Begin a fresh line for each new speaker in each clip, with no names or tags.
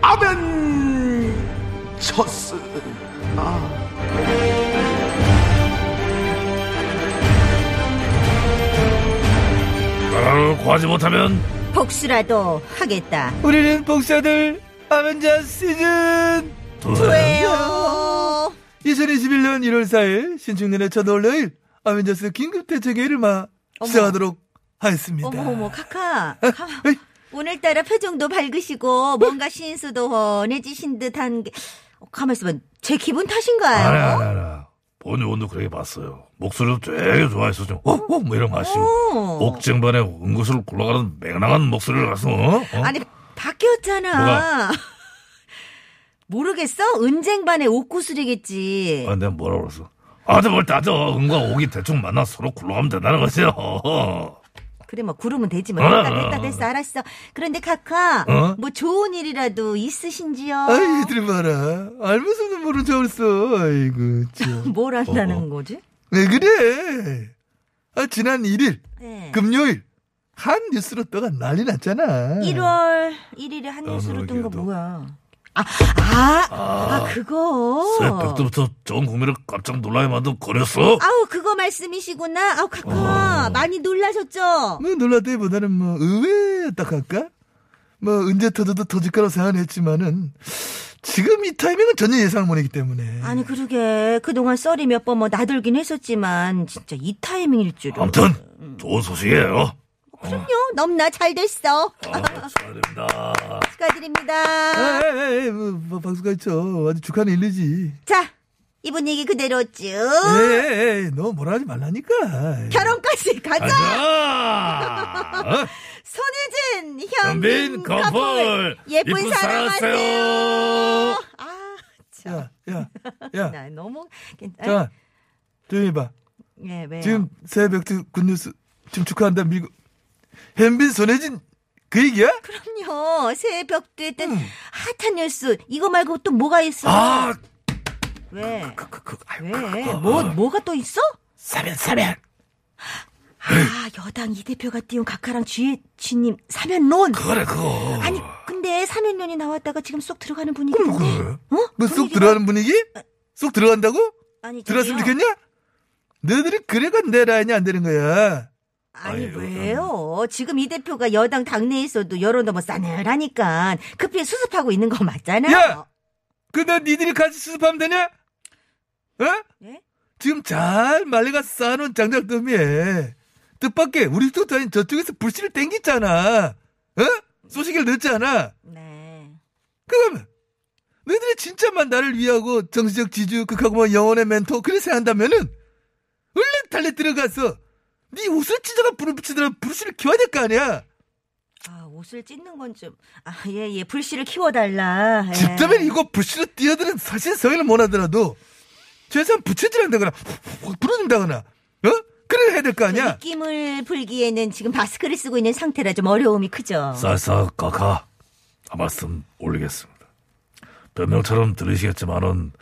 아벤처스.
나라를 구하지 못하면
복수라도 하겠다.
우리는 복사들 아벤자 시즌
왜요?
2021년 1월 4일 신축년의 첫 월요일 아벤자스 긴급 대책회의를 마
어머.
시작하도록 하였습니다.
어머 어머 카카. 카-
에이,
오늘따라 표정도 밝으시고 뭔가 신수도 훤해지신 듯한 게 어, 가만 있어봐. 제 기분
알아
탓인가요?
알아 알아 본의 원도 그렇게 봤어요 목소리도 되게 좋아했었죠 어어 뭐 이런 맛이
오.
옥쟁반에 은구슬 굴러가는 맹랑한 목소리를 가서 어? 어?
아니 바뀌었잖아. 모르겠어? 은쟁반의 옥구슬이겠지.
아, 내가 뭐라 그랬어 아들 뭘 따져 은과 옥이 대충 만나 서로 굴러가면 된다는 거지요 어?
그래 뭐 구르면 되지 뭐.
어.
됐다 됐다 됐어 알았어. 그런데 카카
어?
뭐 좋은 일이라도 있으신지요?
아이 얘들 봐라 알면서도 모른 척했어. 아이고 참.
뭘 한다는 거지?
왜 그래? 아 지난 1일
네.
금요일 한 뉴스로 떠가 난리 났잖아.
네. 1월 1일에 한 뉴스로 뜬 거
그러게도.
뭐야? 아, 아, 아, 그거.
새벽 때부터 전 국민을 깜짝 놀라게 만든 거렸어
아우, 그거 말씀이시구나. 아우, 카카. 많이 놀라셨죠?
뭐 놀라다기보다는 뭐 의외였다 할까? 뭐 언제 터져도 터질 거라고 생각했지만은 지금 이 타이밍은 전혀 예상을 못했기 때문에
아니, 그러게. 그동안 썰이 몇 번 뭐 나돌긴 했었지만, 진짜 이 타이밍일 줄은.
아무튼 좋은 소식이에요
그럼요. 넘나 잘 됐어.
아, 축하드립니다
축하드립니다.
에이, 뭐, 뭐 방수가 있죠 아주 축하는 일이지
자, 이 분위기 그대로 쭉.
네. 에이 너 뭐라 하지 말라니까
어? 결혼까지 가자!
가자 어?
손예진,
현빈
현빈
커플
커플. 음, 예쁜 사랑하세요. 아, 참.
야야야
나 너무 괜찮아.
잠깐 조용히 봐
예, 왜요?
지금 새벽 두 굿뉴스 지금 축하한다 미국 현빈 손혜진 그 얘기야?
그렇죠. 그럼요. 새벽도 했던
음.
핫한 뉴스 이거 말고 또 뭐가 있어?
아,
왜?
그, 그, 그, 아유,
왜? 뭐 뭐가 또 있어?
사면, 사면.
아 여당 이 대표가 띄운 각하랑 GH님 사면론.
그래, 그거.
아니 근데 사면론이 나왔다가 지금 쏙 들어가는
그럼
분위기인데.
그래.
어?
뭐 쏙
분위기가-
들어가는 분위기? 쏙 들어간다고?
아니
들었으면
저기요.
좋겠냐? 너희들이 그래가 내 라인이 안 되는 거야.
아니
아니,
왜요?
음.
지금 이 대표가 여당 당내에서도 여론도 뭐 싸늘하니까 급히 수습하고 있는 거 맞잖아요.
야! 근데 니들이 같이 수습하면 되냐? 어?
예?
지금 잘 말리가 쌓아놓은 장작더미에 뜻밖의 우리 쪽 아닌 저쪽에서 불씨를 땡겼잖아. 어? 소식을 넣었잖아.
네.
그럼 너희들이 진짜만 나를 위하고 정치적 지주 극하고 뭐 영혼의 멘토 그래 생각한다면은 얼른 달래 들어가서 네 옷을 찢어가 불을 붙이더라 불씨를 키워야 될 거 아니야.
아 옷을 찢는 건 좀. 아 예 예 불씨를 키워달라. 예.
집다면 이거 불씨로 뛰어드는 사실 성의를 못하더라도 최소한 부채질 한다거나 부러진다거나 어? 그래 해야 될 거
그
아니야
입김을 풀기에는 지금 마스크를 쓰고 있는 상태라 좀 어려움이 크죠.
쌀쌀 까카. 한 말씀 올리겠습니다. 변명처럼 들으시겠지만은,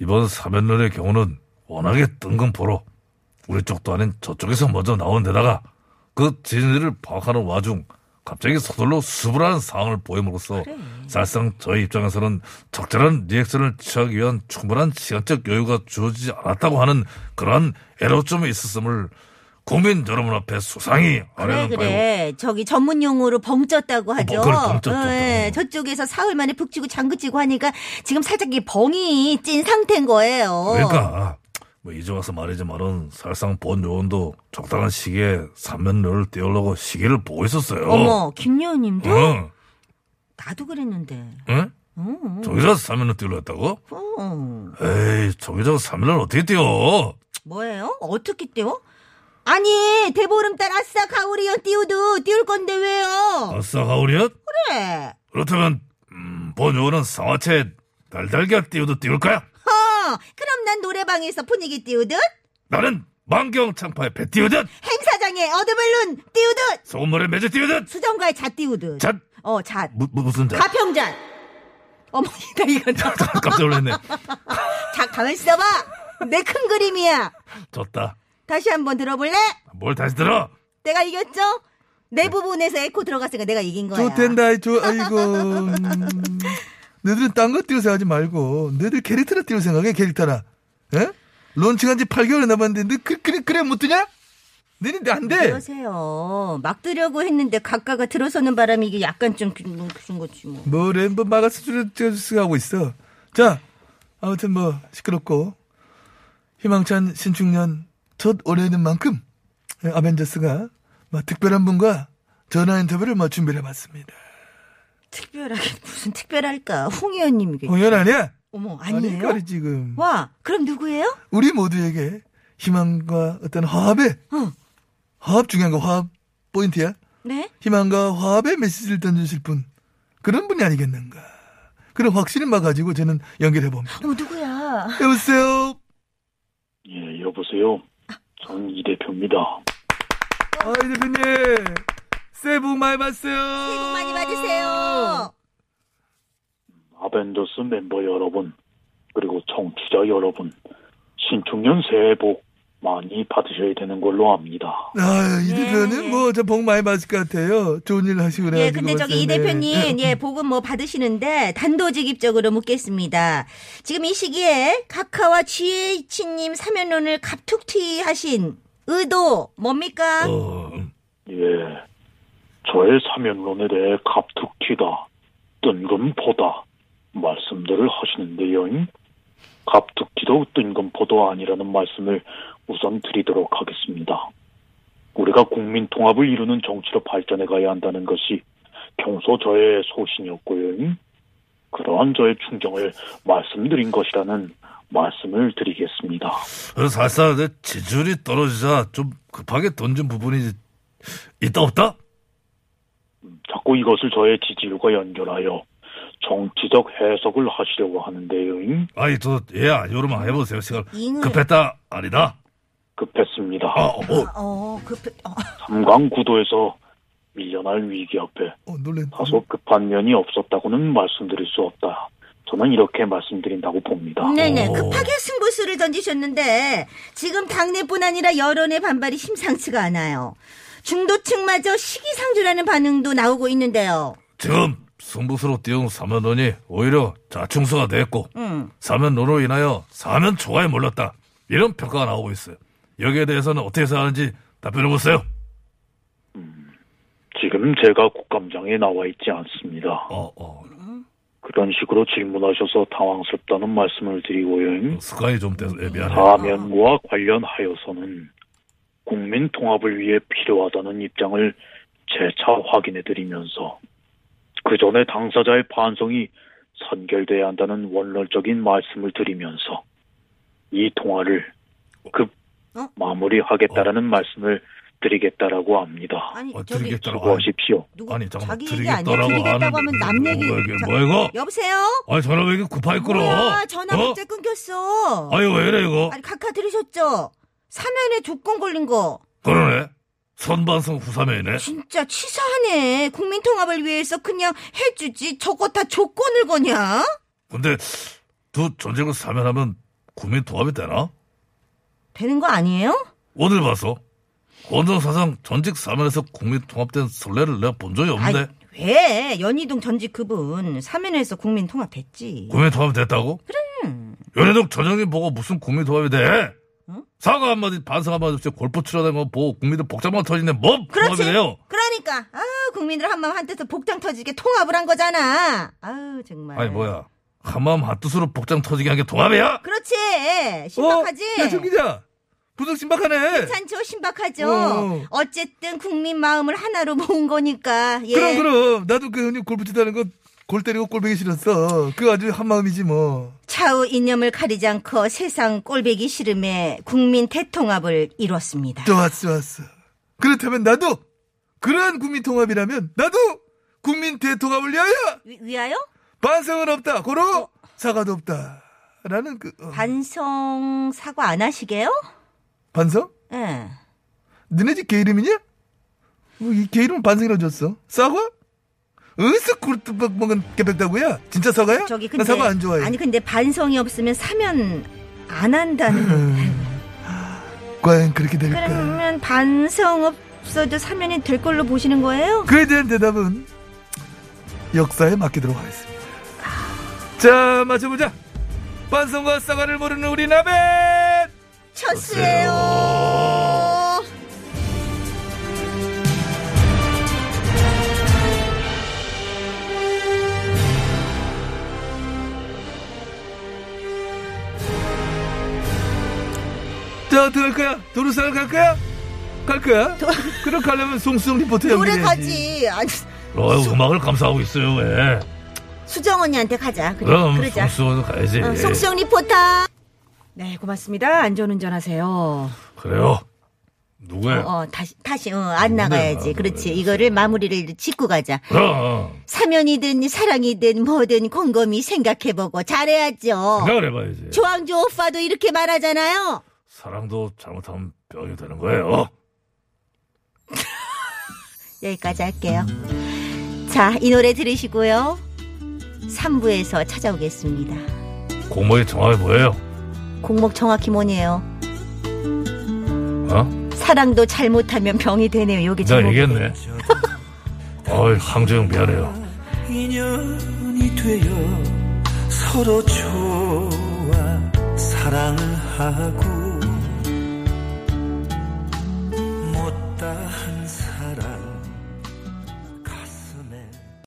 이번 사면론의 경우는 워낙에 뜬금포로, 우리 쪽도 아닌 저쪽에서 먼저 나온 데다가, 그 진위를 파악하는 와중, 갑자기 서둘러 수습을 하는 상황을 보임으로써, 사실상 저희 입장에서는 적절한 리액션을 취하기 위한 충분한 시간적 여유가 주어지지 않았다고 하는 그러한 애로점이 있었음을 국민 여러분 앞에 수상히
그래
아뢰는 바이고
그래 저기 전문 용어로 벙쪘다고 하죠.
뭐, 그래, 벙쪘죠.
예, 저쪽에서 사흘 만에 북치고 장구치고 하니까 지금 살짝 이 벙이 찐 상태인 거예요.
그러니까 뭐 이제 와서 말이지만은 사실상 본 요원도 적당한 시기에 삼면을 띄우려고 시기를 보고 있었어요.
어머 김여우님도
응,
나도 그랬는데.
응?
어,
저기서 삼면을 띄우려 했다고?
어.
에이, 저기서 삼면을 어떻게 띄워?
뭐예요? 어떻게 띄워? 아니 대보름달 아싸
어.
가오리연 띄우도 띄울 건데 왜요?
아싸 가오리야?
그래.
그렇다면 음, 번호는 상하체에 달달기가 띄우듯 띄울 거야.
허, 어, 그럼 난 노래방에서 분위기 띄우듯
나는 만경창파에 배 띄우듯
행사장에 어드벨룬 띄우듯
소금물에 매주 띄우듯
수정가에 잣 띄우듯
잣?
어, 잣
무, 무- 무슨 자
가평잣 어머니다 이건
깜짝 놀랐네.
자, 가만 있어봐 내 큰 그림이야
졌다.
다시 한번 들어볼래?
뭘 다시 들어?
내가 이겼죠? 내 부분에서 에코 들어갔으니까 내가 이긴 거야
네. 좋텐다, 조, 아이고. 음. 너희들은 딴 거 띄워 생각하지 말고, 너희들 캐릭터나 띄워 생각해, 캐릭터나. 에? 론칭한 지 8개월 남았는데, 너 그, 그래, 그래, 못 뜨냐? 너희들 안 돼.
그러세요 막 뜨려고 했는데 각가가 들어서는 바람에 이게 약간 좀 그런 거지 뭐
뭐, 램버 마가스 줄을 쓰고 있어. 자, 아무튼 뭐, 시끄럽고, 희망찬 신축년 첫 올해는 만큼, 예, 아벤져스가 뭐 특별한 분과 전화 인터뷰를 뭐 준비를 해봤습니다.
특별하게 무슨 특별할까 홍 의원님이게
공연 아니야?
어머
아니, 그러니까.
아니에요?
까리 지금.
와 그럼 누구예요?
우리 모두에게 희망과 어떤 화합의 화합 중요한 거 화합 포인트야.
네?
희망과 화합의 메시지를 던지실 분 그런 분이 아니겠는가. 그런 확신을 막 가지고 저는 연결해 봅니다.
어 누구야
여보세요.
예, 여보세요. 전 이 대표입니다.
아이 대표님 새해 복 많이 받으세요. 새해
복 많이 받으세요.
아벤져스 멤버 여러분, 그리고 청취자 여러분, 신축년 새해 복 많이 받으셔야 되는 걸로 압니다.
아이
네,
대표님
네.
뭐저복 많이 받으실 것 같아요. 좋은 일 하시고 네. 그래.
예, 근데 저기 이 대표님, 예, 복은 뭐 받으시는데 단도직입적으로 묻겠습니다. 지금 이 시기에 카카와 GH님 사면론을 갑툭튀 하신 의도 뭡니까?
어, 음.
예, 저의 사면론에 대해 갑툭튀다, 뜬금포다 말씀들을 하시는데요. 갑툭튀도 뜬금포도 아니라는 말씀을 우선 드리도록 하겠습니다. 우리가 국민 통합을 이루는 정치로 발전해 가야 한다는 것이 평소 저의 소신이었고요. 그러한 저의 충정을 말씀드린 것이라는 말씀을 드리겠습니다.
그래서 사실상 내 지지율이 떨어지자 좀 급하게 던진 부분이 있다 없다?
자꾸 이것을 저의 지지율과 연결하여 정치적 해석을 하시려고 하는데요.
아니 저예 아니오로만 해보세요. 시간
잉을.
급했다 아니다.
급했습니다.
아, 어,
어, 그, 어,
삼강 구도에서 밀려날 위기 앞에
어 놀래.
다소 급한 면이 없었다고는 말씀드릴 수 없다. 저는 이렇게 말씀드린다고 봅니다.
네네.
오.
급하게 승부수를 던지셨는데 지금 당내뿐 아니라 여론의 반발이 심상치가 않아요. 중도층마저 시기상조라는 반응도 나오고 있는데요.
지금 승부수로 띄운 사면론이 오히려 자충수가 됐고
음.
사면론으로 인하여 사면 초과에 몰렸다. 이런 평가가 나오고 있어요. 여기에 대해서는 어떻게 생각하는지 답변해보세요.
지금 제가 국감장에 나와 있지 않습니다.
어, 어,
그런 식으로 질문하셔서 당황스럽다는 말씀을 드리고요.
습관이 좀 돼서 예, 미안해.
사면과 관련하여서는 국민 통합을 위해 필요하다는 입장을 재차 확인해 드리면서 그 전에 당사자의 반성이 선결돼야 한다는 원론적인 말씀을 드리면서 이 통화를 급
어?
마무리하겠다라는 말씀을 드리겠다라고 합니다.
아니,
어,
저기
드리겠다라고.
수고하십시오.
누구
아니, 잠깐만.
자기 얘기 아니야?
드리겠다라고
드리겠다고 하면
하는데
남 얘기.
뭐야, 이게
자,
뭐야, 이거?
여보세요?
아니 전화 왜 이렇게 급하게 끌어?
뭐야, 전화
어?
갑자기 끊겼어.
아니 왜 이래 이거?
아니, 카카 들으셨죠? 사면에 조건 걸린 거.
그러네. 선반성 후사면이네.
진짜 치사하네. 국민 통합을 위해서 그냥 해주지. 저거 다 조건을 거냐?
근데 두 전쟁을 사면하면 국민 통합이 되나?
되는 거 아니에요?
오늘 봐서 권정사상 전직 사면에서 국민 통합된 선례를 내가 본 적이 없는데
아이, 왜? 연희동 전직 그분 사면에서 국민 통합했지.
국민 통합이 됐다고? 그래. 연해독 전형님 보고 무슨 국민 통합이 돼? 사과 한마디 반성 한마디 없이 골프 치러 다니는 거 보고 국민들 복잡만 터지는데 뭐
그렇지.
통합이 돼요?
그러니까 아 국민들 한마음 한뜻으로 복장 터지게 통합을 한 거잖아. 아유 정말.
아니 뭐야 한마음 한뜻으로 복장 터지게 한 게 통합이야?
그렇지. 신박하지.
어? 야정 기자 부석 신박하네.
괜찮죠? 신박하죠?
어.
어쨌든 국민 마음을 하나로 모은 거니까. 예.
그럼 그럼 나도 그 형님 골프 치다는 거 골 때리고 골 베기 싫었어. 그 아주 한 마음이지 뭐.
좌우 이념을 가리지 않고 세상 꼴배기 싫음에 국민 대통합을 이뤘습니다.
좋았어 좋았어. 그렇다면 나도 그러한 국민 통합이라면 나도 국민 대통합을 위하여
위, 위하여?
반성은 없다.
어.
고로 사과도 없다. 라는 그 어,
반성 사과 안 하시게요?
반성?
예.
너네 집 개 이름이냐? 뭐, 이개 이름 반성이라고 줬어. 사과? 어디서 굴뚝 먹은 개백다구야? 진짜 사과야?
저기 근데
나 사과 안 좋아해.
아니 그- 근데 반성이 없으면 사면 안 한다는 거.
과연 음, 그렇게 될까?
그러면 반성 없어도 사면이 될 걸로 보시는 거예요?
그에 대한 대답은 역사에 맡기도록 하겠습니다. 자, 맞춰보자. 반성과 사과를 모르는 우리 나벤!
첫수예요.
자, 어떻게 할 거야? 도루산을 갈 거야? 갈 거야? 그럼 가려면 송수영 리포터
노래
연결해야지.
가지. 아니,
어, 음악을 감사하고 있어요 왜?
수정 언니한테 가자. 그래,
그럼
그러자.
송수원 가야지.
어, 속수영 리포터. 네, 고맙습니다. 안전운전 하세요.
그래요. 누구예요?
어, 다시, 다시, 어, 안 나가야지. 그렇지. 이거를 마무리를 짓고 가자. 어.
그럼
사면이든 사랑이든 뭐든 곰곰이 생각해보고 잘해야죠.
생각을 해봐야지.
조항조 오빠도 이렇게 말하잖아요.
사랑도 잘못하면 병이 되는 거예요.
여기까지 할게요. 자, 이 노래 들으시고요. 3부에서 찾아오겠습니다.
공모의 정합이 뭐예요?
공목 정확히 뭐네요.
어?
사랑도 잘못하면 병이 되네요. 여기
내가
제목이. 뭐 그렇죠.
얘기했네. 어이, 항주형 미안해요.
인연이 되어 서로 좋아 사랑을 하고